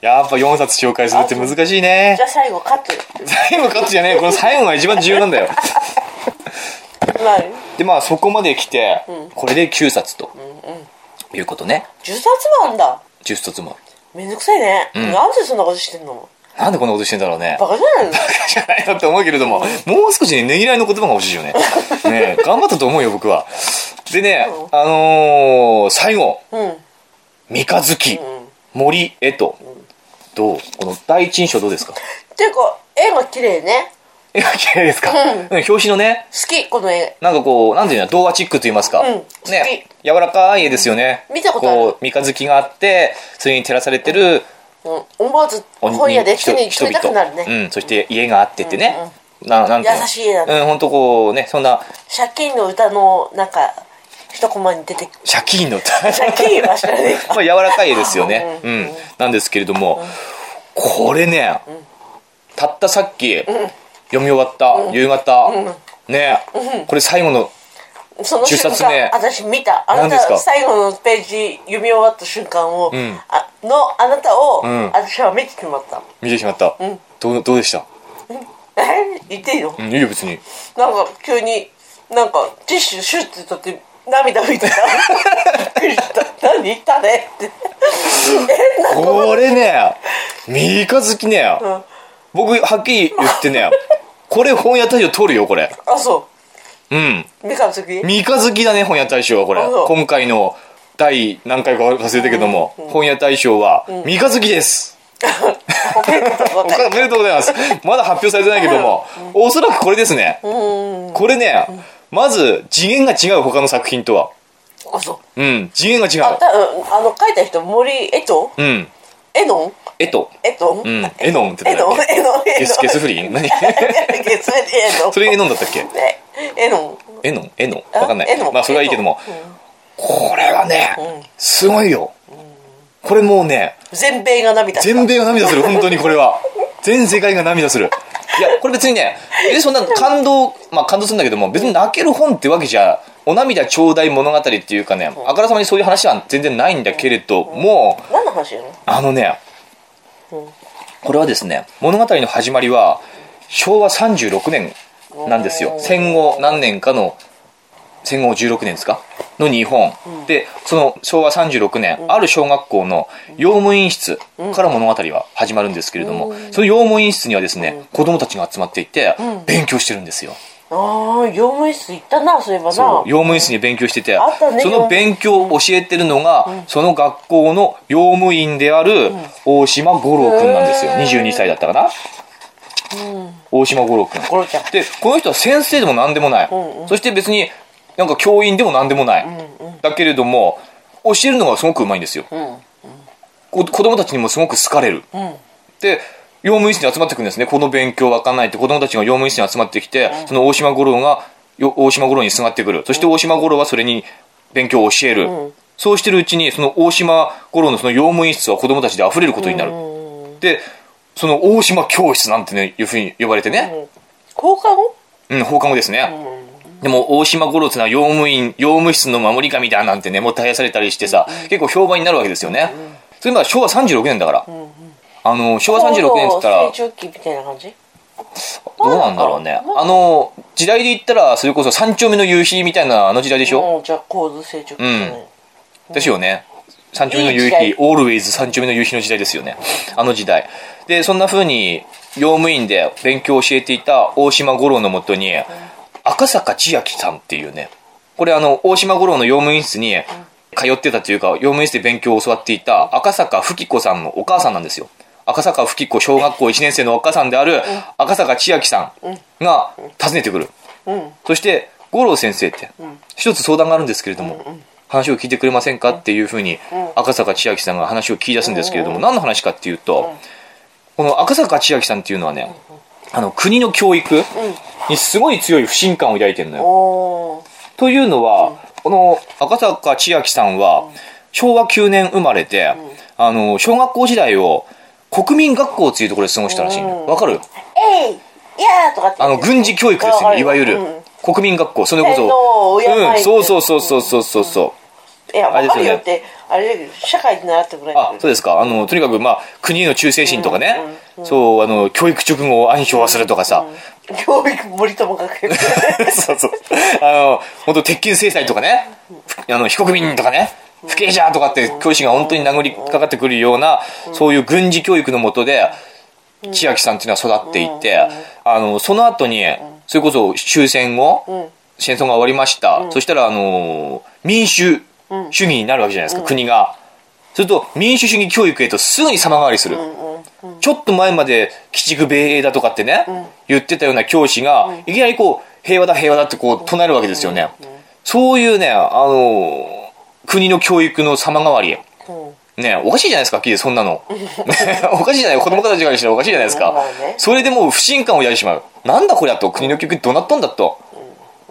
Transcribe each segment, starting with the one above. やっぱ4冊紹介するって難しいねじゃあ最後カットよ最後カットじゃねえこの最後が一番重要なんだよ まあでまあそこまで来て、これで9冊と、いうことね10冊もあんだ10冊もめんどくさいね、なんでそんなことしてんのなんでこんなことしてんだろうねバカじゃない のじゃないなって思うけれども、もう少しね、ねぎらいの言葉が欲しい よね。ねえ頑張ったと思うよ、僕は。でね、あのー最後、うん三日月、ん森へと、どうこの第一印象どうです か ていうか絵が綺麗ね絵が綺麗ですか、うんうん、表紙のね、好きこの絵なんかこう、なんていうの、童話チックと言いますか。うんね、柔らかい絵ですよね。見たことあるこう、三日月があって、それに照らされてる、うん思わずおに今夜で手に人取りたくなるね、うん、そして家があってってね。ななんてうの優しい絵だねうん、ほんとこうね、そんな、借金の歌のなんか一コマに出てくるシャキーンの 歌。借金は知ら ねえかまあ柔らかい絵ですよね。うん。なんですけれども、これね、たったさっき、読み終わった、夕方、ね、これ最後の、その瞬10冊目間私見たあな何ですたか最後のページ読み終わった瞬間を、んあのあなたを、ん私は見てしまった見てしまった。どう、どうでしたえ言っていいの、うん、いいよ、別に。なんか急になんかティッシュシュッて取って涙拭いてたびっくりした何言ったねってえなんかこれね、三日月ね、ん僕、はっきり言ってね、これ本屋大賞取るよ、これ。あそうん。う三上次三日月だね、本屋大賞は、これあそう。今回の第何回か忘れたけども、本屋大賞は、三日月です。おめでとうございますおめでとうございます。まだ発表されてないけども、おそらくこれですね。これね、まず次元が違う、他の作品とは。あそううん、次元が違あう。多分あの書いた人森エトうん。エノンえっと、エトンうん、エノンってエノ誰ンだっエノンけゲスゲスフフリー何 ゲスエノンそれエノンだったっけねエノンエノンエノンあわかんなエノい。ンまあ、それはいいけども。エノンこれはね、すごいよ。これもうね、全米が涙した全米が涙する、本当にこれは。全世界が涙する。いや、これ別にね、え、そんな感動、まあ感動するんだけども、別に泣ける本ってわけじゃ、お涙ちょうだい物語っていうかね、あからさまにそういう話は全然ないんだけれども、何の話やのあのね、これはですね、物語の始まりは、昭和36年なんですよ。おー戦後何年かの、戦後16年ですかの日本。で、その昭和36年、ある小学校の養務員室から物語は始まるんですけれども、その養務員室にはですね、子供たちが集まっていて、勉強してるんですよ。ああ業務室行ったなそういえばなそう用務員室に勉強してて、あったねその勉強を教えてるのが、その学校の用務員である大島五郎くんなんですよ、へー22歳だったかな、大島五郎くんゴロちゃんでこの人は先生でも何でもない、んうんそして別になんか教員でも何でもない、だけれども教えるのがすごくうまいんですよ、うんこ子供たちにもすごく好かれる、うんで用務員室に集まってくるんですねこの勉強わかんないって子供たちが用務員室に集まってきて、その大島五郎がよ大島五郎にすがってくるそして大島五郎はそれに勉強を教える、うんそうしてるうちにその大島五郎のその用務員室は子供たちで溢れることになる、うんでその大島教室なんてねいうふうに呼ばれてね、放課後うん、放課後ですね。でも、大島五郎ってのは、用務員、用務室の守り神だなんてね、もう大変されたりしてさ、結構評判になるわけですよね。それまあ昭和36年だから。あの、昭和36年って言ったら高度、成長期みたいな感じどうなんだろうね。まあの、時代で言ったら、それこそ三丁目の夕日みたいなあの時代でしょうんじゃあ高度成長期だねですよね。三丁目のいい夕時代日、オールウェイズ三丁目の夕日の時代ですよね。あの時代。で、そんな風に、用務員で勉強を教えていた大島五郎のもとに、赤坂千秋さんっていうね、これあの、大島五郎の用務員室に通ってたというか、用務員室で勉強を教わっていた赤坂吹子さんのお母さんなんですよ。赤坂吹子小学校1年生のお母さんである赤坂千秋さんが訪ねてくる。うんそして五郎先生って、一つ相談があるんですけれども、話を聞いてくれませんかっていうふうに赤坂千秋さんが話を聞き出すんですけれども、何の話かっていうと、この赤坂千秋さんっていうのはね、あの国の教育にすごい強い不信感を抱いてるのよ。おーというのは、この赤坂千秋さんは昭和9年生まれて、あの小学校時代を国民学校っていうところで過ごしたらしいのよわかるえいいやーとかってあの軍事教育ですよねいわゆるうん国民学校それこ天皇をそ敬いうんそうそうそうそうそうそうそういや、あれでわかすよるねよって、あれだけど、社会で習ってもらえあそううですかあのとにかく、まあ、国への忠誠心とかね、そうあの教育直後を暗唱するとかさ、です。教育森友学園。 そうそうあの本当鉄拳制裁とかねふあの非国民とかね不敬者とかって教師が本当に殴りかかってくるようなそういう軍事教育のもとで千秋さんっていうのは育っていってあのその後にそれこそ終戦後戦争が終わりましたそしたらあの民主主義になるわけじゃないですか国が。すると民主主義教育へとすぐに様変わりする。ちょっと前まで鬼畜米英だとかってね、言ってたような教師が、いきなりこう、平和だ平和だってこう唱えるわけですよね。そういうね、あのー国の教育の様変わり。うんねおかしいじゃないですか、はっきりそんな の。ねおかしいじゃない、子供たちからしたらおかしいじゃないですかまあね。それでもう不信感をやりしまう。なんだこりゃと、国の教育にどうなっとんだと。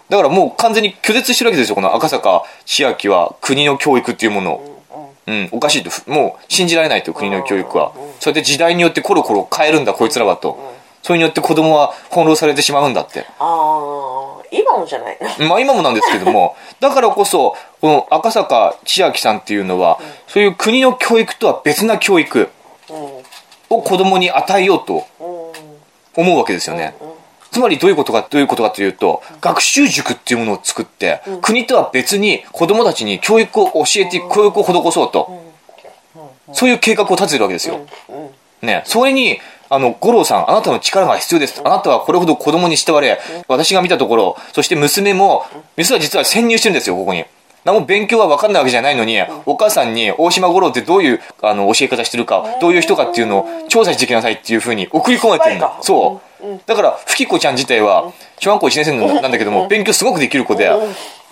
だからもう完全に拒絶してるわけですよ、この赤坂千秋は国の教育っていうものを。うん、おかしいとふもう信じられないと国の教育はそうやって時代によってコロコロ変えるんだこいつらはとそれによって子供は翻弄されてしまうんだってああ、今もじゃないな。まあ今もなんですけども だからこそこの赤坂千秋さんっていうのはそういう国の教育とは別な教育うを子供に与えようとん。うん。思うわけですよねつまりどういうことかどういうことかというと学習塾っていうものを作って国とは別に子供たちに教育を教えていく教育を施そうとそういう計画を立ててるわけですようん。ね、それに、あの、五郎さん、あなたの力が必要です。あなたはこれほど子供に慕われ、私が見たところ、そして娘も、娘は実は潜入してるんですよ、ここに。何も勉強は分かんないわけじゃないのに、お母さんに大島五郎ってどういうあの教え方してるか、どういう人かっていうのを調査してきなさいっていうふうに送り込まれてるスパのイか。そう。だから、吹子ちゃん自体は、小学校1年生のなんだけども、勉強すごくできる子で、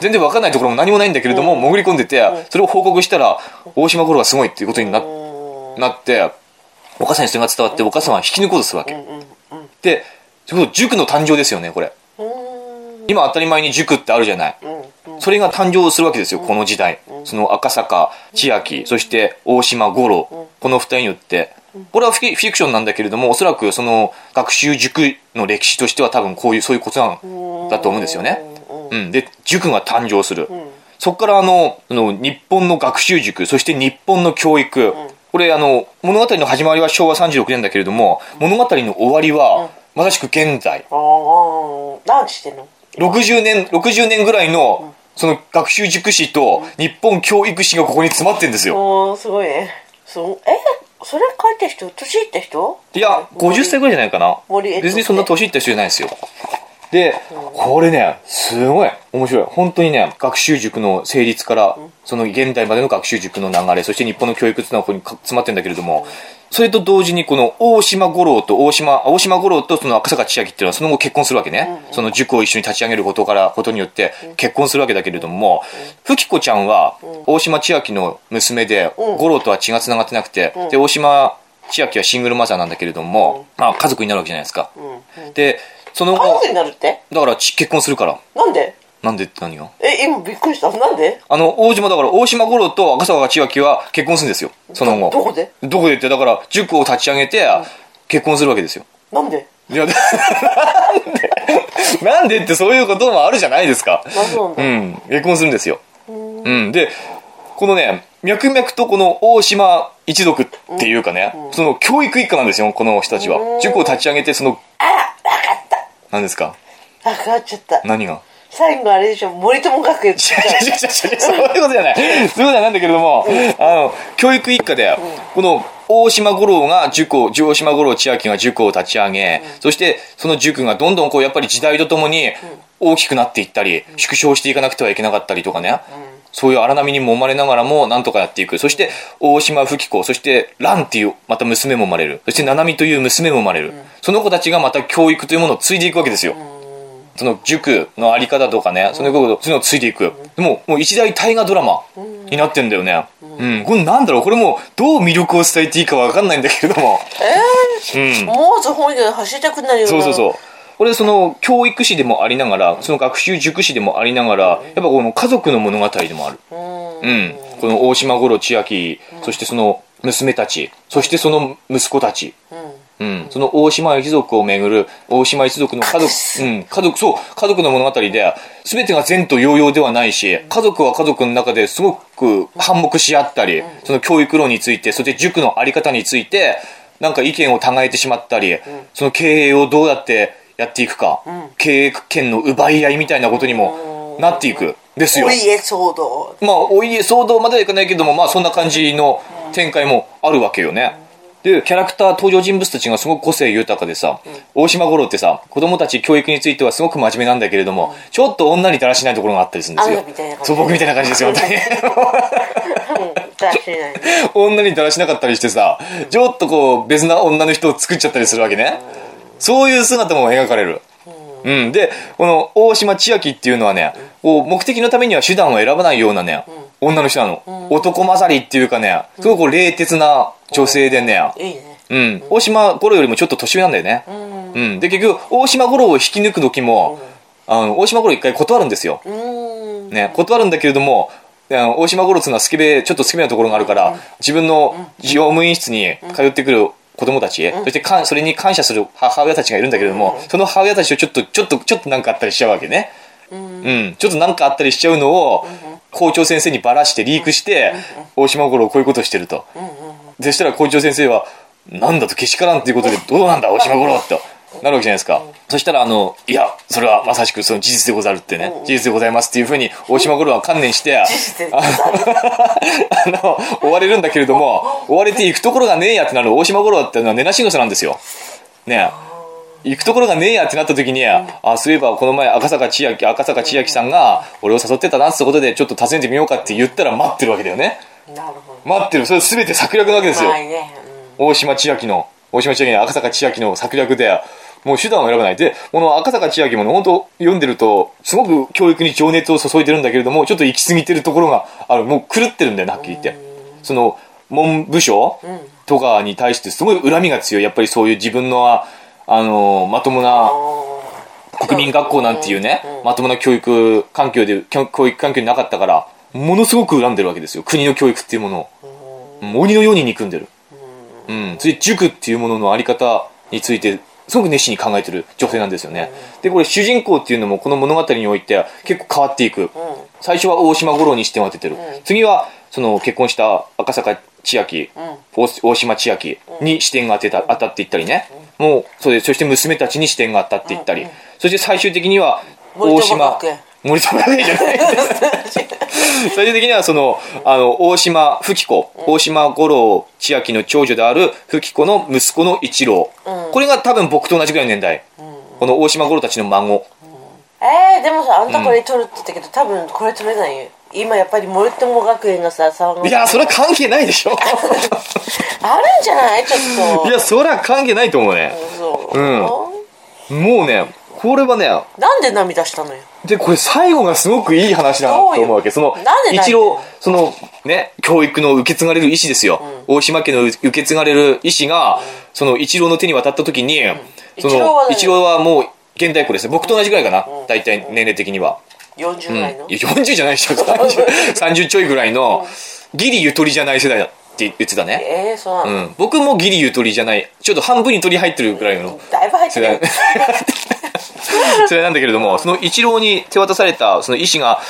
全然分かんないところも何もないんだけれども、潜り込んでて、それを報告したら、大島五郎はすごいっていうことにななって、お母さんにそれが伝わってお母さんは引き抜こうとするわけ、でそれこそ塾の誕生ですよねこれうん。今当たり前に塾ってあるじゃない、うん。それが誕生するわけですよこの時代その赤坂千秋そして大島五郎この二人によってこれはフィフィクションなんだけれどもおそらくその学習塾の歴史としては多分こういうそういうことなんだと思うんですよねうん、で塾が誕生する、そこからあのあの日本の学習塾そして日本の教育、これあの物語の始まりは昭和36年だけれども物語の終わりは、まさしく現在ああ、何してんの60年60年ぐらいのその学習塾史と日本教育史がここに詰まってんですよおー、すごいね。そうえそれ書いた人、年いった人いや50歳ぐらいじゃないかな森江戸って別にそんな年いった人じゃないですよでこれねすごい面白い本当にね学習塾の成立からその現代までの学習塾の流れそして日本の教育っていうのはここにか詰まってるんだけれどもそれと同時にこの大島五郎と大島大島五郎とその赤坂千秋っていうのはその後結婚するわけねその塾を一緒に立ち上げることからことによって結婚するわけだけれども吹子ちゃんは大島千秋の娘でうん五郎とは血がつながってなくてで大島千秋はシングルマザーなんだけれども、まあ、家族になるわけじゃないですか、うん。うんでその家後族になるってだからち結婚するからなんでなんでって何がえ、今びっくりした。なんであの大島だから大島五郎と赤坂千秋は結婚するんですよその後どこでどこでってだから塾を立ち上げて結婚するわけですよなんでいや なんでなんでってそういうこともあるじゃないですかあそうなんだうん結婚するんですようんでこのね脈々とこの大島一族っていうかね、その教育一家なんですよこの人たちは塾を立ち上げてそのあら、わかった。何ですかあ、変わっちゃった。何が最後あれでしょ、森友 学園って違う違う違う違うそういうことじゃないそういうことじゃないんだけれども、あの教育一家でこの大島五郎が塾を大島五郎千秋が塾を立ち上げ、そしてその塾がどんどんこうやっぱり時代とともに大きくなっていったり、縮小していかなくてはいけなかったりとかね、そういう荒波に揉まれながらもなんとかやっていくそして大島富貴子そして蘭っていうまた娘も生まれるそして七海という娘も生まれる、その子たちがまた教育というものを継いでいくわけですよ、その塾のあり方とかね、そのこと、そういうのをついていく。でも、もう一大大河ドラマになってんだよね。うん。これなんだろうこれもう、どう魅力を伝えていいかわかんないんだけれども。え ーもうそ本で走りたくなるようそうなそうそう。これその、教育史でもありながら、その学習塾史でもありながら、やっぱこの家族の物語でもある。うんうん。この大島五郎千秋、そしてその娘たち、そしてその息子たち。うんうん、その大島一族をめぐる大島一族の家隠族す、うん、家族、そう、家族の物語で、全てが善と揚々ではないし、家族は家族の中ですごく反目し合ったり、その教育論について、そして塾のあり方について、なんか意見を互えてしまったり、その経営をどうやってやっていくか、経営権の奪い合いみたいなことにもなっていく、ですよ。お家騒動まあ、お家騒動まではいかないけども、まあ、そんな感じの展開もあるわけよね。で、キャラクター、登場人物たちがすごく個性豊かでさ、大島五郎ってさ、子供たち教育についてはすごく真面目なんだけれども、ちょっと女にだらしないところがあったりするんですあよんたみたいな。感じそう、僕みたいな感じですよ、本当に。うん確かに女にだらしなかったりしてさ、ちょっとこう別な女の人を作っちゃったりするわけね。そういう姿も描かれる。うん、でこの大島千秋っていうのはね、こう目的のためには手段を選ばないようなね、女の人なの、男勝りっていうかねすごくこう冷徹な女性でね、いいねうん、大島五郎よりもちょっと年上なんだよね、うんうん、で結局大島五郎を引き抜く時も、あの大島五郎一回断るんですよ、うんね、断るんだけれども、あの大島五郎っていうのはスケベ、ちょっとスケベなところがあるから、自分の乗務員室に通ってくる子供たち、そしてかんそれに感謝する母親たちがいるんだけれども、その母親たちとちょっと、ちょっと、ちょっとなんかあったりしちゃうわけね。うん、ちょっとなんかあったりしちゃうのを、校長先生にばらしてリークして、大島五郎こういうことしてると。そしたら校長先生は、なんだとけしからんっていうことで、どうなんだ、大島五郎と。なるわけじゃないですか。そしたら、あの、いや、それはまさしくその事実でござるってね、事実でございますっていうふうに、大島五郎は観念して、実であの あの、追われるんだけれども、追われて行くところがねえやってなる大島五郎ってのは根なし草なんですよ。ねえ。行くところがねえやってなった時に、あそういえばこの前赤坂千秋赤坂千秋さんが俺を誘ってたなってことでちょっと訪ねてみようかって言ったら待ってるわけだよねなるほど待ってるそれ全て策略なわけですよ、まあね大島千秋の大島千秋の赤坂千秋の策略でもう手段を選ばないでこの赤坂千秋もね本当読んでるとすごく教育に情熱を注いでるんだけれどもちょっと行き過ぎてるところがあるもう狂ってるんだよねはっきり言ってその文部省とかに対してすごい恨みが強いやっぱりそういう自分のああのまともな国民学校なんていうね、まともな教育環境で、教教育環境になかったから、ものすごく恨んでるわけですよ。国の教育っていうものを。もう鬼のように憎んでる。うん。それで塾っていうもののあり方について、すごく熱心に考えてる女性なんですよね。で、これ主人公っていうのもこの物語において結構変わっていく。最初は大島五郎に視点を当ててる。次は、その結婚した赤坂千秋、大大島千秋に視点が当てた当たっていったりね。もう、そうです。そして娘たちに視点が当たっていったり。そして最終的には、大森友島学園、森友学園じゃない。 最終的にはそのあの大島富貴子、大島五郎千秋の長女である富貴子の息子の一郎、これが多分僕と同じぐらいの年代、この大島五郎たちの孫えー、でもさあんたこれ取るって言ったけど、多分これ取れないよ今やっぱり森友学園がさ騒がいやそれは関係ないで しょあるんじゃないちょっといやそれは関係ないと思うねそう、もうねこれはねなんで涙したのよでこれ最後がすごくいい話だなと思うわけそそうよのなんで泣いて一んの郎そのね教育の受け継がれる意思ですよ、大島家の受け継がれる意思が、その一郎の手に渡った時に、そ一郎はのね一郎はもう現代っ子ですね僕と同じぐらいかな、大体年齢的には、 40代の、いや40じゃないで しょ 30, 30ちょいぐらいの、ギリゆとりじゃない世代だって言ってたね、ええー、そうなうの、ん、僕もギリゆとりじゃないちょっと半分に取り入ってるぐらいの、だいぶ入ってそるれよそれなんだけれども、その一郎に手渡されたその意思が、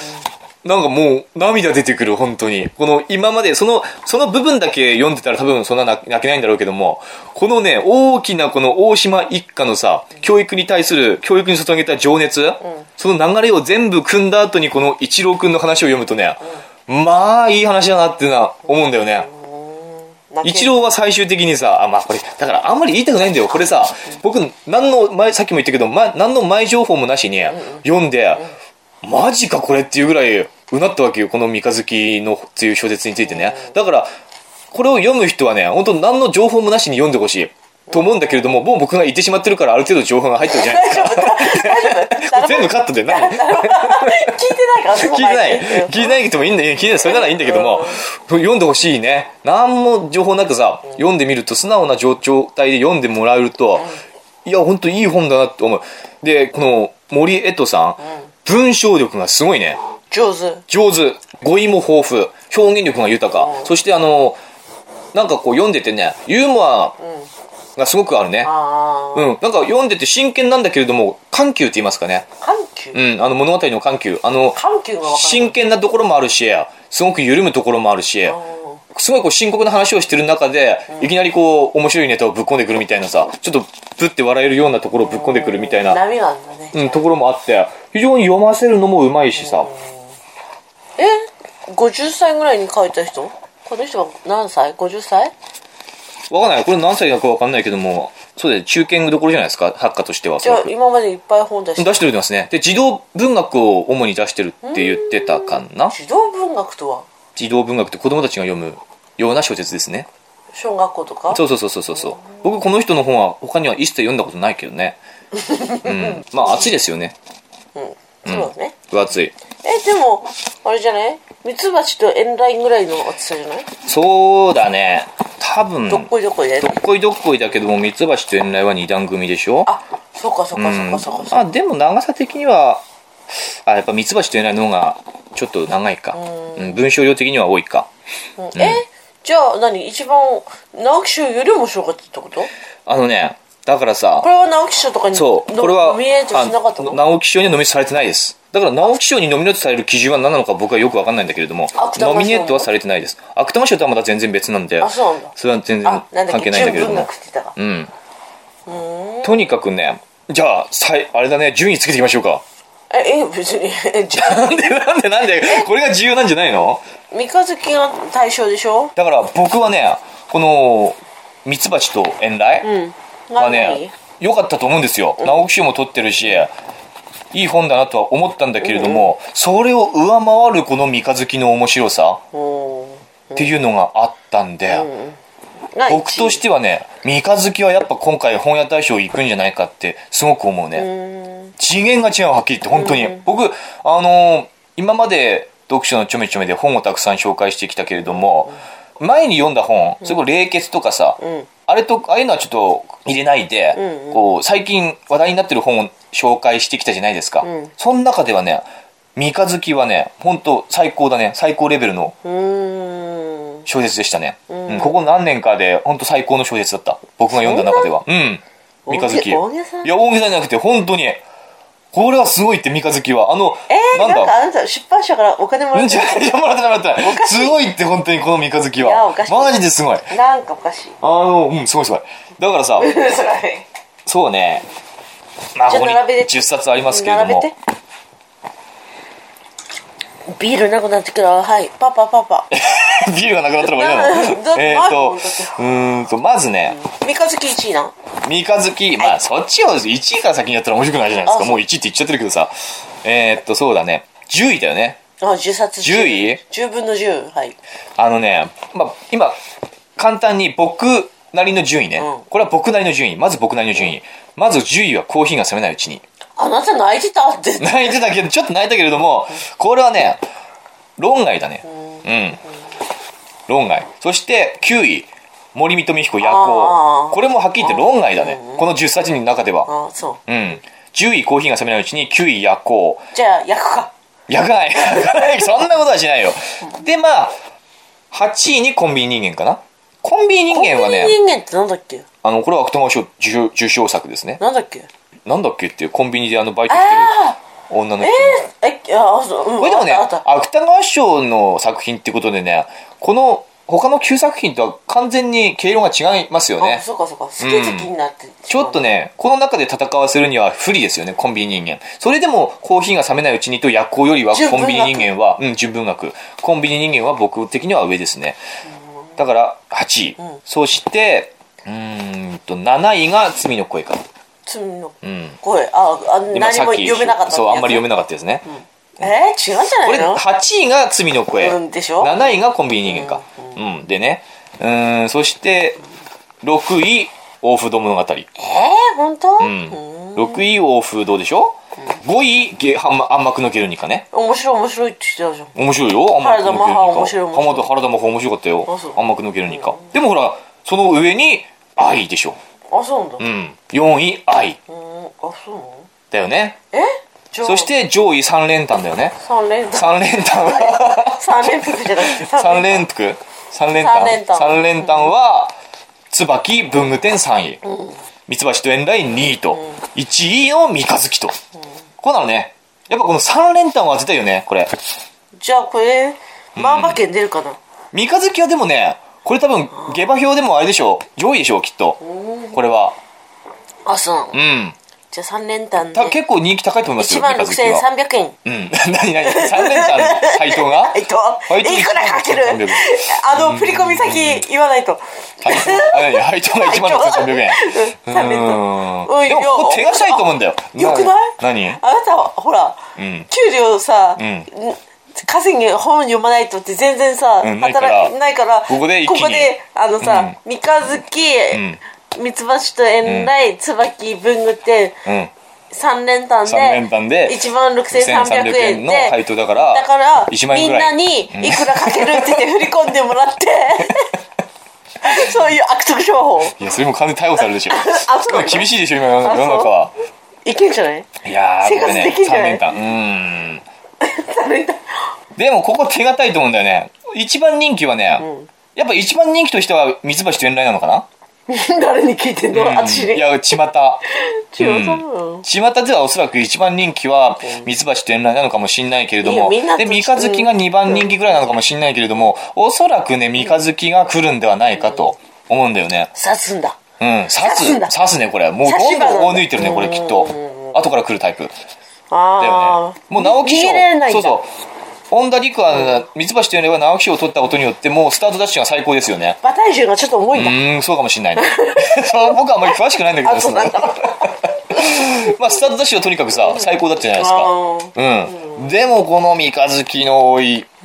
なんかもう涙出てくる、本当に。この今まで、その、その部分だけ読んでたら多分そんな泣泣けないんだろうけども、このね、大きなこの大島一家のさ、教育に対する、教育に注げた情熱、その流れを全部組んだ後にこの一郎くんの話を読むとね、まあいい話だなってな思うんだよね。泣け一郎は最終的にさ、あ、まあこれ、だからあんまり言いたくないんだよ。これさ、僕、何の前、さっきも言ったけど、ま、何の前情報もなしに読んで、マジかこれっていうぐらい、うなったわけよ。この三日月のっていう小説についてね。だから、これを読む人はね、本当何の情報もなしに読んでほしい。と思うんだけれども、もう僕が言ってしまってるから、ある程度情報が入ってるじゃない ですか。 全部カットで、何聞いてないから聞聞いてない。聞いてないけどもいいんだよ。聞いてない。それならいいんだけども、読んでほしいね。何も情報なくさ、読んでみると、素直な状状態で読んでもらえると、いや、ほんといい本だなって思う。で、この森江戸さん、文章力がすごいね。上手上手。語彙も豊富。表現力が豊か。そしてあの、なんかこう読んでてね、ユーモアがすごくあるね。ああ、うん、なんか読んでて真剣なんだけれども、緩急って言いますかね。緩急、うん、あの物語の緩急。あの、緩急が分かんない真剣なところもあるし、すごく緩むところもあるし、うんすごいこう深刻な話をしてる中で、いきなりこう、面白いネタをぶっ込んでくるみたいなさ、ちょっとぶって笑えるようなところをぶっ込んでくるみたいな、波があるんだね、うん、ところもあって、非常に読ませるのもうまいしさ、え50歳ぐらいに書いた人この人は何歳 ?50 歳わかんない。これ何歳だかわかんないけども、そうだよ、中堅どころじゃないですか、作家としては。おじそゃらあく今までいっぱい本出して出してるんですね。で、児童文学を主に出してるって言ってたかな。児童文学とは児童文学って子供たちが読むような小説ですね。小学校とかそうそうそうそうそうそう。僕この人の本は他には一切読んだことないけどね。 うん。まあ熱いですよね。そうだね、分厚い。えでもあれじゃないミツバチとエンラインぐらいの厚さじゃない、そうだね。多分、どっこいどっこいでどっこいどっこいだけども、ミツバチと遠雷は二段組でしょあそうかそうかそううんかそうかそうかあ、でも長さ的には、あ、やっぱミツバチと遠雷の方がちょっと長いか。うん。文章量的には多いか。うんえじゃあ何一番直木賞よりも面白かったってことあのね、だからさこ、れは直木賞とかにそう、のこれは、ノミネートしなかったあの直木賞にはノミネートされてないです。だから直木賞にノミネートされる基準は何なのか僕はよくわかんないんだけれども芥、川賞ノもミネートはされてないです。芥川賞とはまた全然別なんで、あそうなんだれは全然あなんだっ関係けないんだけ純れど文も学。って言ったかうん。とにかくね、じゃあ、さいあれだね、順位つけていきましょう か。ええ別に えじゃあなんでなんでなんで、これが重要なんじゃないの三日月が対象でしょだから僕はね、この、ミツバチと遠雷、うんは何、ね、良かったと思うんですよ。直木賞も取ってるし、いい本だなとは思ったんだけれども、それを上回るこの三日月の面白さうんっていうのがあったんで、が僕としてはね、三日月はやっぱ今回本屋大賞行くんじゃないかってすごく思うね。次元が違うはっきり言って本当に、僕あのー今まで読書のちょめちょめで本をたくさん紹介してきたけれども、前に読んだ本それこそ冷血とかさ、んあれとああいうのはちょっと入れないで、んうんこう最近話題になってる本を紹介してきたじゃないですか、んその中ではね三日月はね本当最高だね最高レベルの1位うーん小説でしたね、うんここ何年かで本当最高の小説だった僕が読んだ中ではうん三日月い大げ大げさや大げさじゃなくて本当にこれはすごいって三日月はあの、えー、なんなんかだあなた出版社からお金もらうっんじゃてあいやもらってないもらってないおかしいすごいって本当にこの三日月いやはおかしいマジですごいあるなんかおかし いのうんすごいすごいだからさそれそうねまあじゃあここに並べて10冊ありますけれど並べもてビールなくなってくるはいパパパパ ビールがなくなったら終わ りだなっのてえっないもとんだってうーんとまずね三日月1位なの三日月、まあそっちを1位から先にやったら面白くないじゃないですか。あそうもう1位って言っちゃってるけどさ。えーっと、そうだね。10位だよね。あ10冊10位 ?10 分の10はいあのね、まあ今、簡単に僕なりの順位ね。うんこれは僕なりの順位。まず僕なりの順位。まず10位はコーヒーが冷めないうちに。 あなた泣いてたって泣いてたけど、ちょっと泣いたけれども、これはね、論外だね。うん。論外。そして9位。森見と美彦夜あ行ーこれもはっきり言って論外だねこの10冊人の中ではあそうん。10位コーヒーが冷めないうちに9位夜行。うじゃあ焼くか焼かない。焼かない そんなことはしないよ。で、まあ、8位にコンビニ人間かな。コンビニ人間はコンビね、ニ人間ってなんだっけあの、これは芥川賞受賞受賞作ですね。なんだっけなんだっけっていう、コンビニであの、バイトしてるあ女のー人。ええあそううんこれでもね、あったあった芥川賞の作品ってことでね、この、他の9作品とは完全に毛色が違いますよあね。そうかそうか好き好きになって、ちょっとね、この中で戦わせるには不利ですよね、コンビニ人間。それでも、コーヒーが冷めないうちにと、薬効よりは純コ文ン学ビニ人間は、うん、純文学。コンビニ人間は僕的には上ですね。だから、8位。うんそして、うーんと、7位が罪の声か。罪のうん。声ああ何でもまあさっき読めなかったそう、あんまり読めななかったですね。えー、違うんじゃこれ、ないの8位が罪の声。うんでしょ7位がコンビニ人間か。うん。でね、うーん、そして、6位、オフド物語。えー、本当うん、6位王風堂でしょ、5位ゲハンマ暗幕のゲルニカね面白い面白いって言ってたじゃん面白いよ暗幕のゲルニカ原田真帆面白い面白い浜田原田真帆面白かったよあそう暗幕のゲルニカ、でもほらその上に愛でしょ、あそうなんだううんん、4位愛あそうなのだよねえじゃあそして上位3連単だよね三連単3連単は 三連服じゃなくて3三連連服3連単三連単三連単は椿文具店3位、三橋と遠来2位と、1位の三日月と、こうなのねやっぱこの3連単は当てたいよねこれじゃあこれ万馬券出るかな、三日月はでもねこれ多分下馬評でもあれでしょう上位でしょうきっとこれはあそうなの、うんじゃあ3連単でた結構人気高いと思います1よ万三日月は6300円うん 何何3連単の配当 がえっと配当いくらかける1300円あの振り込み先言わないと配当あ何配当が1万6300円 うん3連単おいでもここ手がしたいと思うんだよよくない何あなたはほら、ん給料さ、うんん稼ぎ本読まないとって全然さ、うんないから働いてないからここで一気にであのさ、三日月、三橋と遠来、椿文具店うん3連単で三連単で1万6300 1300円円の配当だからだから1万円みんぐらないにいくらかけるって言って振り込んでもらってそういう悪徳商法いやそれも完全に逮捕されるでしょ あそうなの厳しいでしょ今世の中はいけんじゃないいやー生こ活れでねきんじゃ3ない連単 うん3連単でもここ手堅いと思うんだよね一番人気はね、やっぱ一番人気としては三橋と遠来なのかな、誰に聞いてんの、うん私にいや巷違う多分巷ではおそらく一番人気は三橋と遠来なのかもしんないけれどいやもみんなとで三日月が2番人気ぐらいなのかもしんないけれどもおそらくね三日月が来るんではないかと思うんだよね刺すんだうん刺刺すんすだ刺すねこれもうどんどん追い抜いてるねこれきっと後から来るタイプだよああ、ね。もう直木逃賞げれないんそだうそう。本田陸は、三橋というのは直木賞を取ったことによって、もうスタートダッシュが最高ですよね。馬体重がちょっと重いんうだ、ーん、そうかもしれ ないね。そう僕はあんまり詳しくないんだけど、あそうなんだそのまあ、スタートダッシュはとにかくさ、最高だったじゃないですか。あうん。でも、この三日月の追い、あ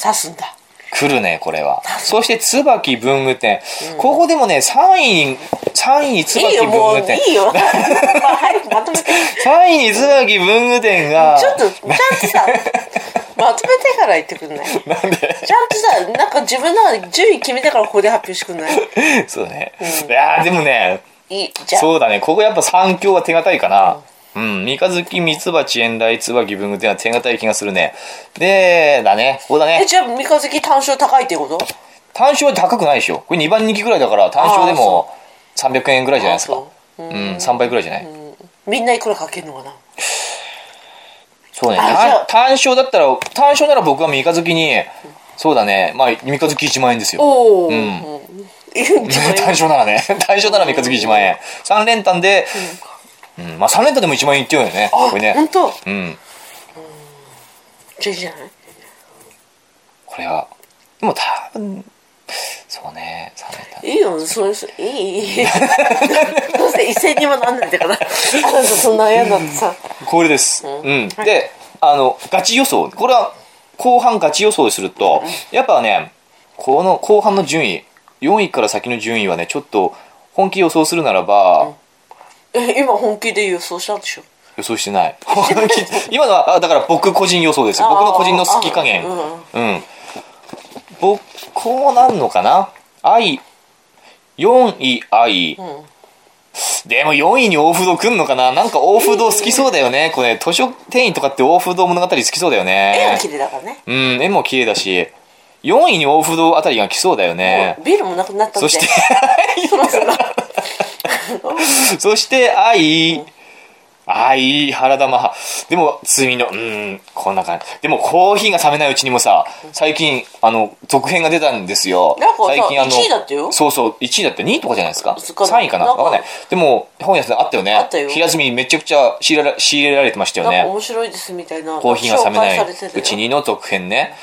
刺すんだ来るね、これは。そして、椿文具店。ここでもね、3位、3位いい椿よもう文い具店。いよまあ早くまとめて3位に椿文具店が、ちょっとちゃんとさまとめてから言っ てくんないちなん でゃんとさなんか自分の中で順位決めてからここで発表してくんないそうだね。いやーでもね、いいじゃあそうだね、ここやっぱ三強は手堅いかな。うん、三日月、三つ鉢、遠来、椿、文具っていうのは手堅い気がするね。で、だね、ここだえね。じゃあ三日月単勝高いってこと単勝は高くないでしょ。これ2番人気ぐらいだから、単勝でも300円ぐらいじゃないですか。あうん、3倍ぐらいじゃない。みんないくらかけるのかなそうね、あじゃあ単単勝だったら、単勝なら僕は三日月に、そうだね、まあ、三日月1万円ですよ。おお、うん、いいん じゃない単勝ならね、単勝なら三日月1万円。3連単で、うん、まあ3連単でも1万円いってるよね、あこれね。本当うん、じゃあいいじゃないこれは、でも多分、そうね、冷めた。いいよ、そうそう、いい、いい。 どうせ一斉にもなんないんだから。あなたそんな嫌なんてさ。これです。うん。はいで、あの、ガチ予想。これは、後半ガチ予想すると、やっぱね、この後半の順位、4位から先の順位はね、ちょっと、本気予想するならば、え、今本気で予想したんでしょ予想してない。 本気今のは、あだから僕個人予想です。僕の個人の好き加減。あーうん。僕、こうなんのかな愛、4位愛。んでも4位に大不動くんのかななんか大不動好きそうだよね。これ、図書店員とかって大不動物語好きそうだよ絵がね。綺麗だからね。うん、絵も綺麗だし、4位に大不動あたりが来そうだよね。ビールもなくなったんそで。して、そろそ ろ。そして愛、愛、原田マハ。でも、罪の、うん、こんな感じ。でも、コーヒーが冷めないうちにもさ、最近、あの、続編が出たんですよ。なんかさ最近、あの、 1位だったよそうそう、1位だって、2位とかじゃないですか。そっか3位かな。なんかわかんない。でも、本屋さんあったよね。あったよ平積みめちゃくちゃ仕入れら仕入れられてましたよなんかね。面白いですみたいな。コーヒーが冷めな紹介されてたいうよち。にの続編ね。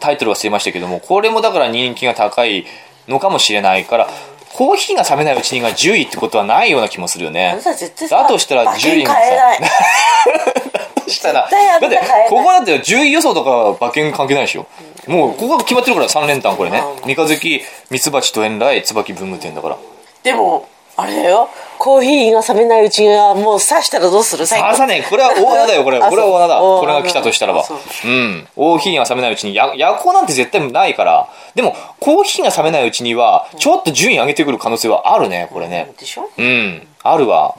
タイトル忘れましたけども、これもだから人気が高いのかもしれないから、コーヒーが冷めないうちにが10位ってことはないような気もするよね。あなた絶対だとしたら馬券10位がさ買えない。したら、絶対あだんっなて買えない、ここだって10位予想とかは馬券関係ないでしょ。もう、ここが決まってるから、3連単これねう。三日月、三つ鉢と遠来、椿文具店だから。でも、あれだよ。コーヒーが冷めないうちがもう刺したらどうする最あ後さねえこれは大穴だよ、これ。あこれは大穴だ。そうこれが来たとしたらば。そううん。大ヒーが冷めないうちに、や夜行なんて絶対ないから。でも、コーヒーが冷めないうちには、ちょっと順位上げてくる可能性はあるね、これね。でしょうん。あるわ。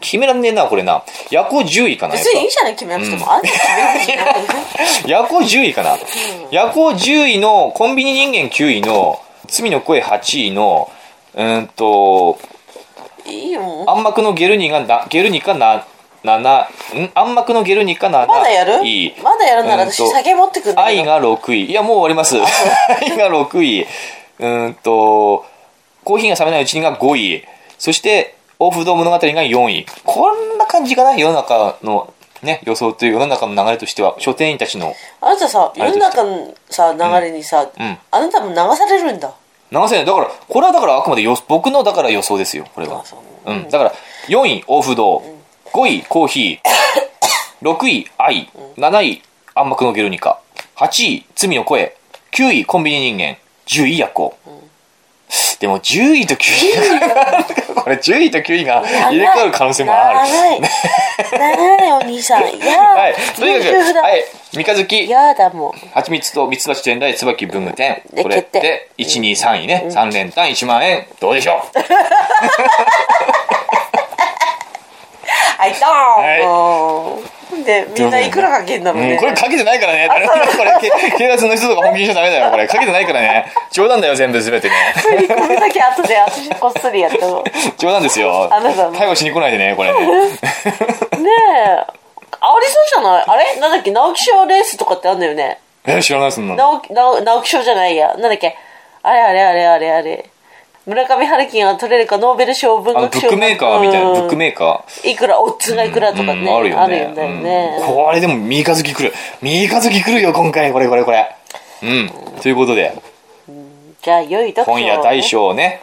決めらんねえな、これな。夜行10位かな、やっ別ぱにいいじゃない、決 めなくても。あんた決めなくてもいいじゃない。夜行10位かな、夜行10位のコンビニ人間9位の罪の声8位のうーんといいよ暗幕のゲルニがなゲルニカな7ん暗幕のゲルニカ7まだやるいいまだやるならうん私と酒持ってくんだけど愛が6位いやもう終わります 愛が6位うーんとコーヒーが冷めないうちにが5位そしてオフド物語が4位こんな感じかな世の中のね予想という世の中の流れとしては書店員たちのあなたさりが世とのうござ中のさ流れにさ、うんあなたも流されるんだ流せないだからこれはだからあくまで予僕のだから予想ですよこれはあそううん、だから4位オフド5位コー ヒー6位愛7位暗幕のゲルニカ8位罪の声9位コンビニ人間10位夜行、でも10位と9位が これ10位と9位が入れ替わる可能性もある長 い長いお兄さんいやはいとにか優柔不く断はい三日月やだもんはちみつとミツバチ天台椿文具店でこれって123位ね、3連単1万円どうでしょうはいドーン、でみんないくらかけんだろううね、ん、これかけてないからね。誰もねこれ、け警察の人とか本気にしちゃダメだよ、これ。かけてないからね。冗談だよ、全部すべてね。 これだけ後で私こっそりやっても冗談ですよ。あなたの逮捕しに来ないでね、これ ね。ねえありそうじゃないあれなんだっけ直木賞レースとかってあんだよねえ、知らない、そんなの。直木直直木賞じゃないやなんだっけあれあれあれあれあれ村上春樹が取れるかノーベル賞文あの学ブ賞ックメーカーみたいな、うんブックメーカー。いくらオッズがいくらとかね、うん、あるよね。んだよね、うんこれでも、三日月来る。三日月来るよ、今回。これ、これ、これ。うん。ということで、じゃあ良い読書を今ね夜大賞ね、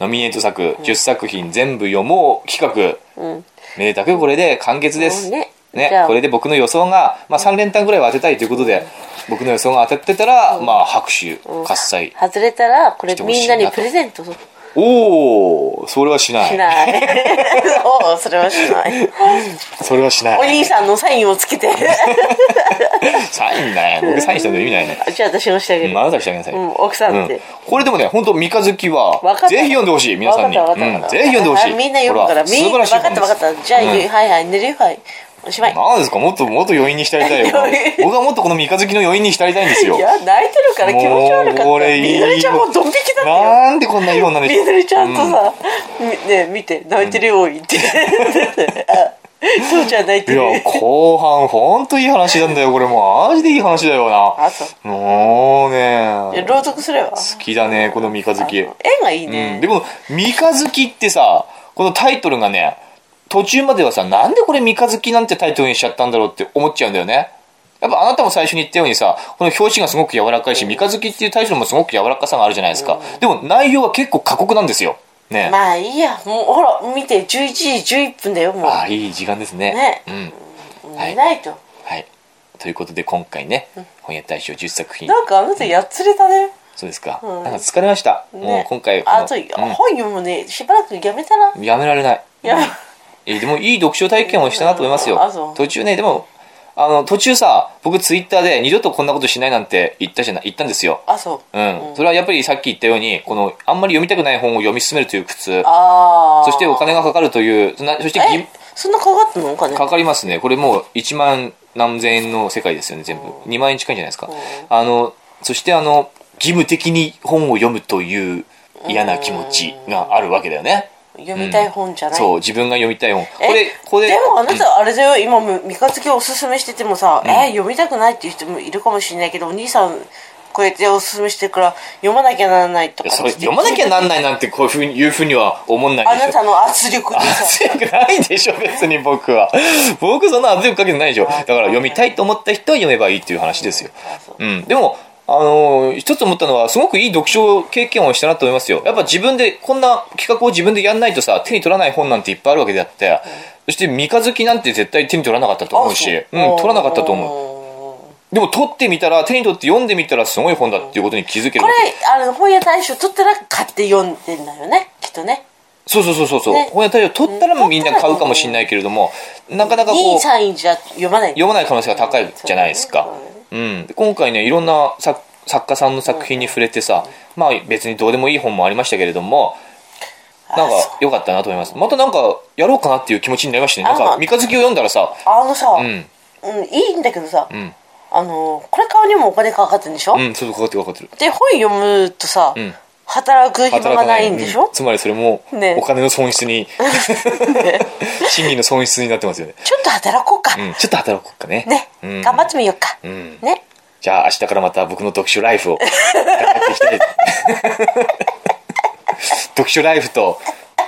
ノミネート作、10作品全部読もう企画。うんめでたくこれで完結です。ねねじゃ、あこれで僕の予想が、まあ、3連単ぐらいは当てたいということで、僕の予想が当たってたら、まあ、拍手喝采、外れたらこれしてほしいなみんなにプレゼントしおおそれはしないない そうそれはしないそれはしなおい兄さんのサインをつ けてサインない僕サインしても意味ないねじゃあ私もしてあげうんる、あなたにしてあげなさい、うん奥さんってこれでもね本当三日月はわかったぜひ読んでほしい皆さんに、わかったわかうったんぜひ読んでほしいあみんな読むからこれはみん素晴らな分しいかった分かったじゃあ、うんはいはい寝るよはいおしまいなんですかもっともっと余韻に浸りたいよ 余韻僕はもっとこの三日月の余韻に浸りたいんですよいや泣いてるから気持ち悪かったもうこれいいみのりちゃんもうドン引きだったよなんでこんな色になるんでしょみうのりちゃんとさ、みね見て泣いてるよおいってあ父ちゃん泣いているや、後半、ほんといい話なんだよ、これもう。マジでいい話だよな。あそうもういやね、朗読すれば好きだね、この三日月。絵がいいうん、ね、で、この三日月ってさ、このタイトルがね、途中まではさ、なんでこれ三日月なんてタイトルにしちゃったんだろうって思っちゃうんだよね。やっぱあなたも最初に言ったようにさ、この表紙がすごく柔らかいし、三日月っていうタイトルもすごく柔らかさがあるじゃないですか。でも内容は結構過酷なんですよ。ね。まあいいやもうほら見て11時11分だよもうああ、いい時間ですね。ねうん。はい寝ないと、はい。ということで今回ね、本屋大賞10作品。なんかあなたやっつれたね、そうですか。うんなんか疲れました。ねもう今回このあと、うん本読むねしばらくやめたらやめられない。やめえーでもいい読書体験をしたなと思いますうんあよそう。途中ね、でも、あの、途中さ、僕ツイッターで二度とこんなことしないなんて言ったじゃない、言ったんですよ。あそううん。それはやっぱりさっき言ったように、この、あんまり読みたくない本を読み進めるという苦痛。ああそしてお金がかかるという、そんなそしてぎえそんなかかったのお金かかりますね。これもう1万何千円の世界ですよね、全部。2万円近いんじゃないですか。あの、そしてあの、義務的に本を読むという嫌な気持ちがあるわけだよね。読みたい本じゃない、そう、自分が読みたい本。こえれ、これ、でもあなたあれだよ、今三日月をおすすめしててもさ、えー読みたくないっていう人もいるかもしれないけどお兄さんこうやっておすすめしてるから読まなきゃならないとかそれ読まなきゃなんないなんてこういうふうにいうふうには思んなあいでしょ。なたの圧力で さ強くないでしょ別に僕は僕そんな圧力かけてないでしょだから読みたいと思った人は読めばいいっていう話ですようんでもあのー一つ思ったのはすごくいい読書経験をしたなと思いますよやっぱ自分でこんな企画を自分でやんないとさ手に取らない本なんていっぱいあるわけであってそして三日月なんて絶対手に取らなかったと思うしあうん取らなかったと思う思うでも取ってみたら手に取って読んでみたらすごい本だっていうことに気づけるこわれけあの本屋大賞取ったら買って読んでんだよねきっとねそうそうそうそうそうね本屋大賞取ったらみんな買うかもしれないけれどもなかなかこ2う位3位じゃ読まない読まない可能性が高いじゃないですかそうだね。うん、で今回ねいろんな作作家さんの作品に触れてさ、まあ別にどうでもいい本もありましたけれどもなんか良かったなと思いますまたなんかやろうかなっていう気持ちになりましたねなんあまかあ三日月を読んだらさあのさ、ううんんいいんだけどさ、んあのこれ買うにもお金かかってるんでしょ、うんそうそうかかってるかかってるで本読むとさ、んは働く暇がないんでしうょんつまりそれもねお金の損失 に、 ね賃金の損失になってますよね、ちょっと働こうか。うん、ちょっと働こうかねね、うん頑張ってみようか。んね。じゃあ明日からまた僕の読書ライ フを頑張っていきたい読書ライフと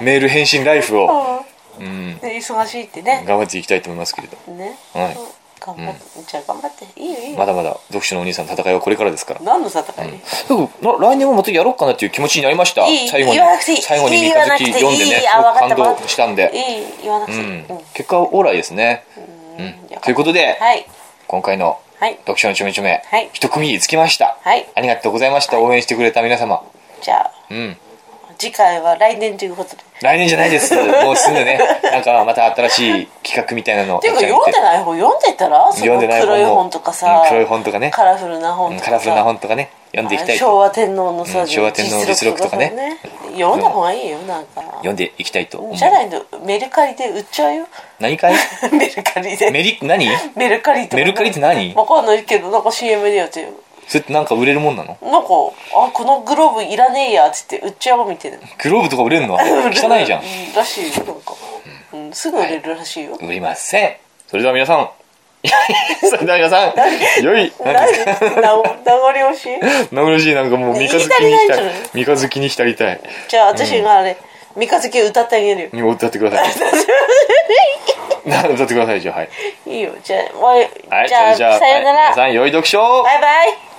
メール返信ライフをうん、で忙しいってね。頑張っていきたいと思いますけれどね。はいそう頑張って、じゃあ頑張って。いいよいいよ。まだまだ読書のお兄さんの戦いはこれからですから何の戦い、なんかな来年もまたやろうかなっていう気持ちになりましたいい最後に言わなくていい最後にい三い言わな日くてい月い読んでねいいあわかすったごく感わかった動したんで、いい言わなくてういい。んうん、結果はオーライですね、うんよかったということで、はい。今回のはい。読書のちょめちょめ、はい一組につきました、はいありがとうございました応援してくれた皆様じゃあ、うん次回は来年ということで。来年じゃないですもうすぐねなんかまた新しい企画みたいなのていうか立ち上げ読んでない本読んでたらそ読んのでない黒い本も本とかさ、うん黒い本とかねカラフルなう本んとかカラさフルな本とかね読んでいきたい昭と和天皇のさ、うん昭和天皇の実録とかね読んだ方がいいよなんか読んでいきたいと思うじゃないとメルカリで売っちゃうよ 何かいメルカリでメリ何メルカリとかメルカリって何わかんないけどなんか CM でやってるそれってなんか売れるもんなのなんかあこのグローブいらねえやっつって売っちゃおうみたいなグローブとか売れるの汚いじゃんう らしいよなんか、うん、すぐ売れるらしいよ、売りませんそれでは皆さんそれでは皆さん良い何 何ですか名残惜しい名残惜しいなんかもう三日月に言い浸たたくないい三日月に浸りたいじゃあ私があれ、三日月歌ってあげるよに歌ってくださ いな歌ってくださいじゃあはい、いいよじゃあ、もうはい、じゃそあれじゃあさよなら、はい皆さん良い読書をバイバイ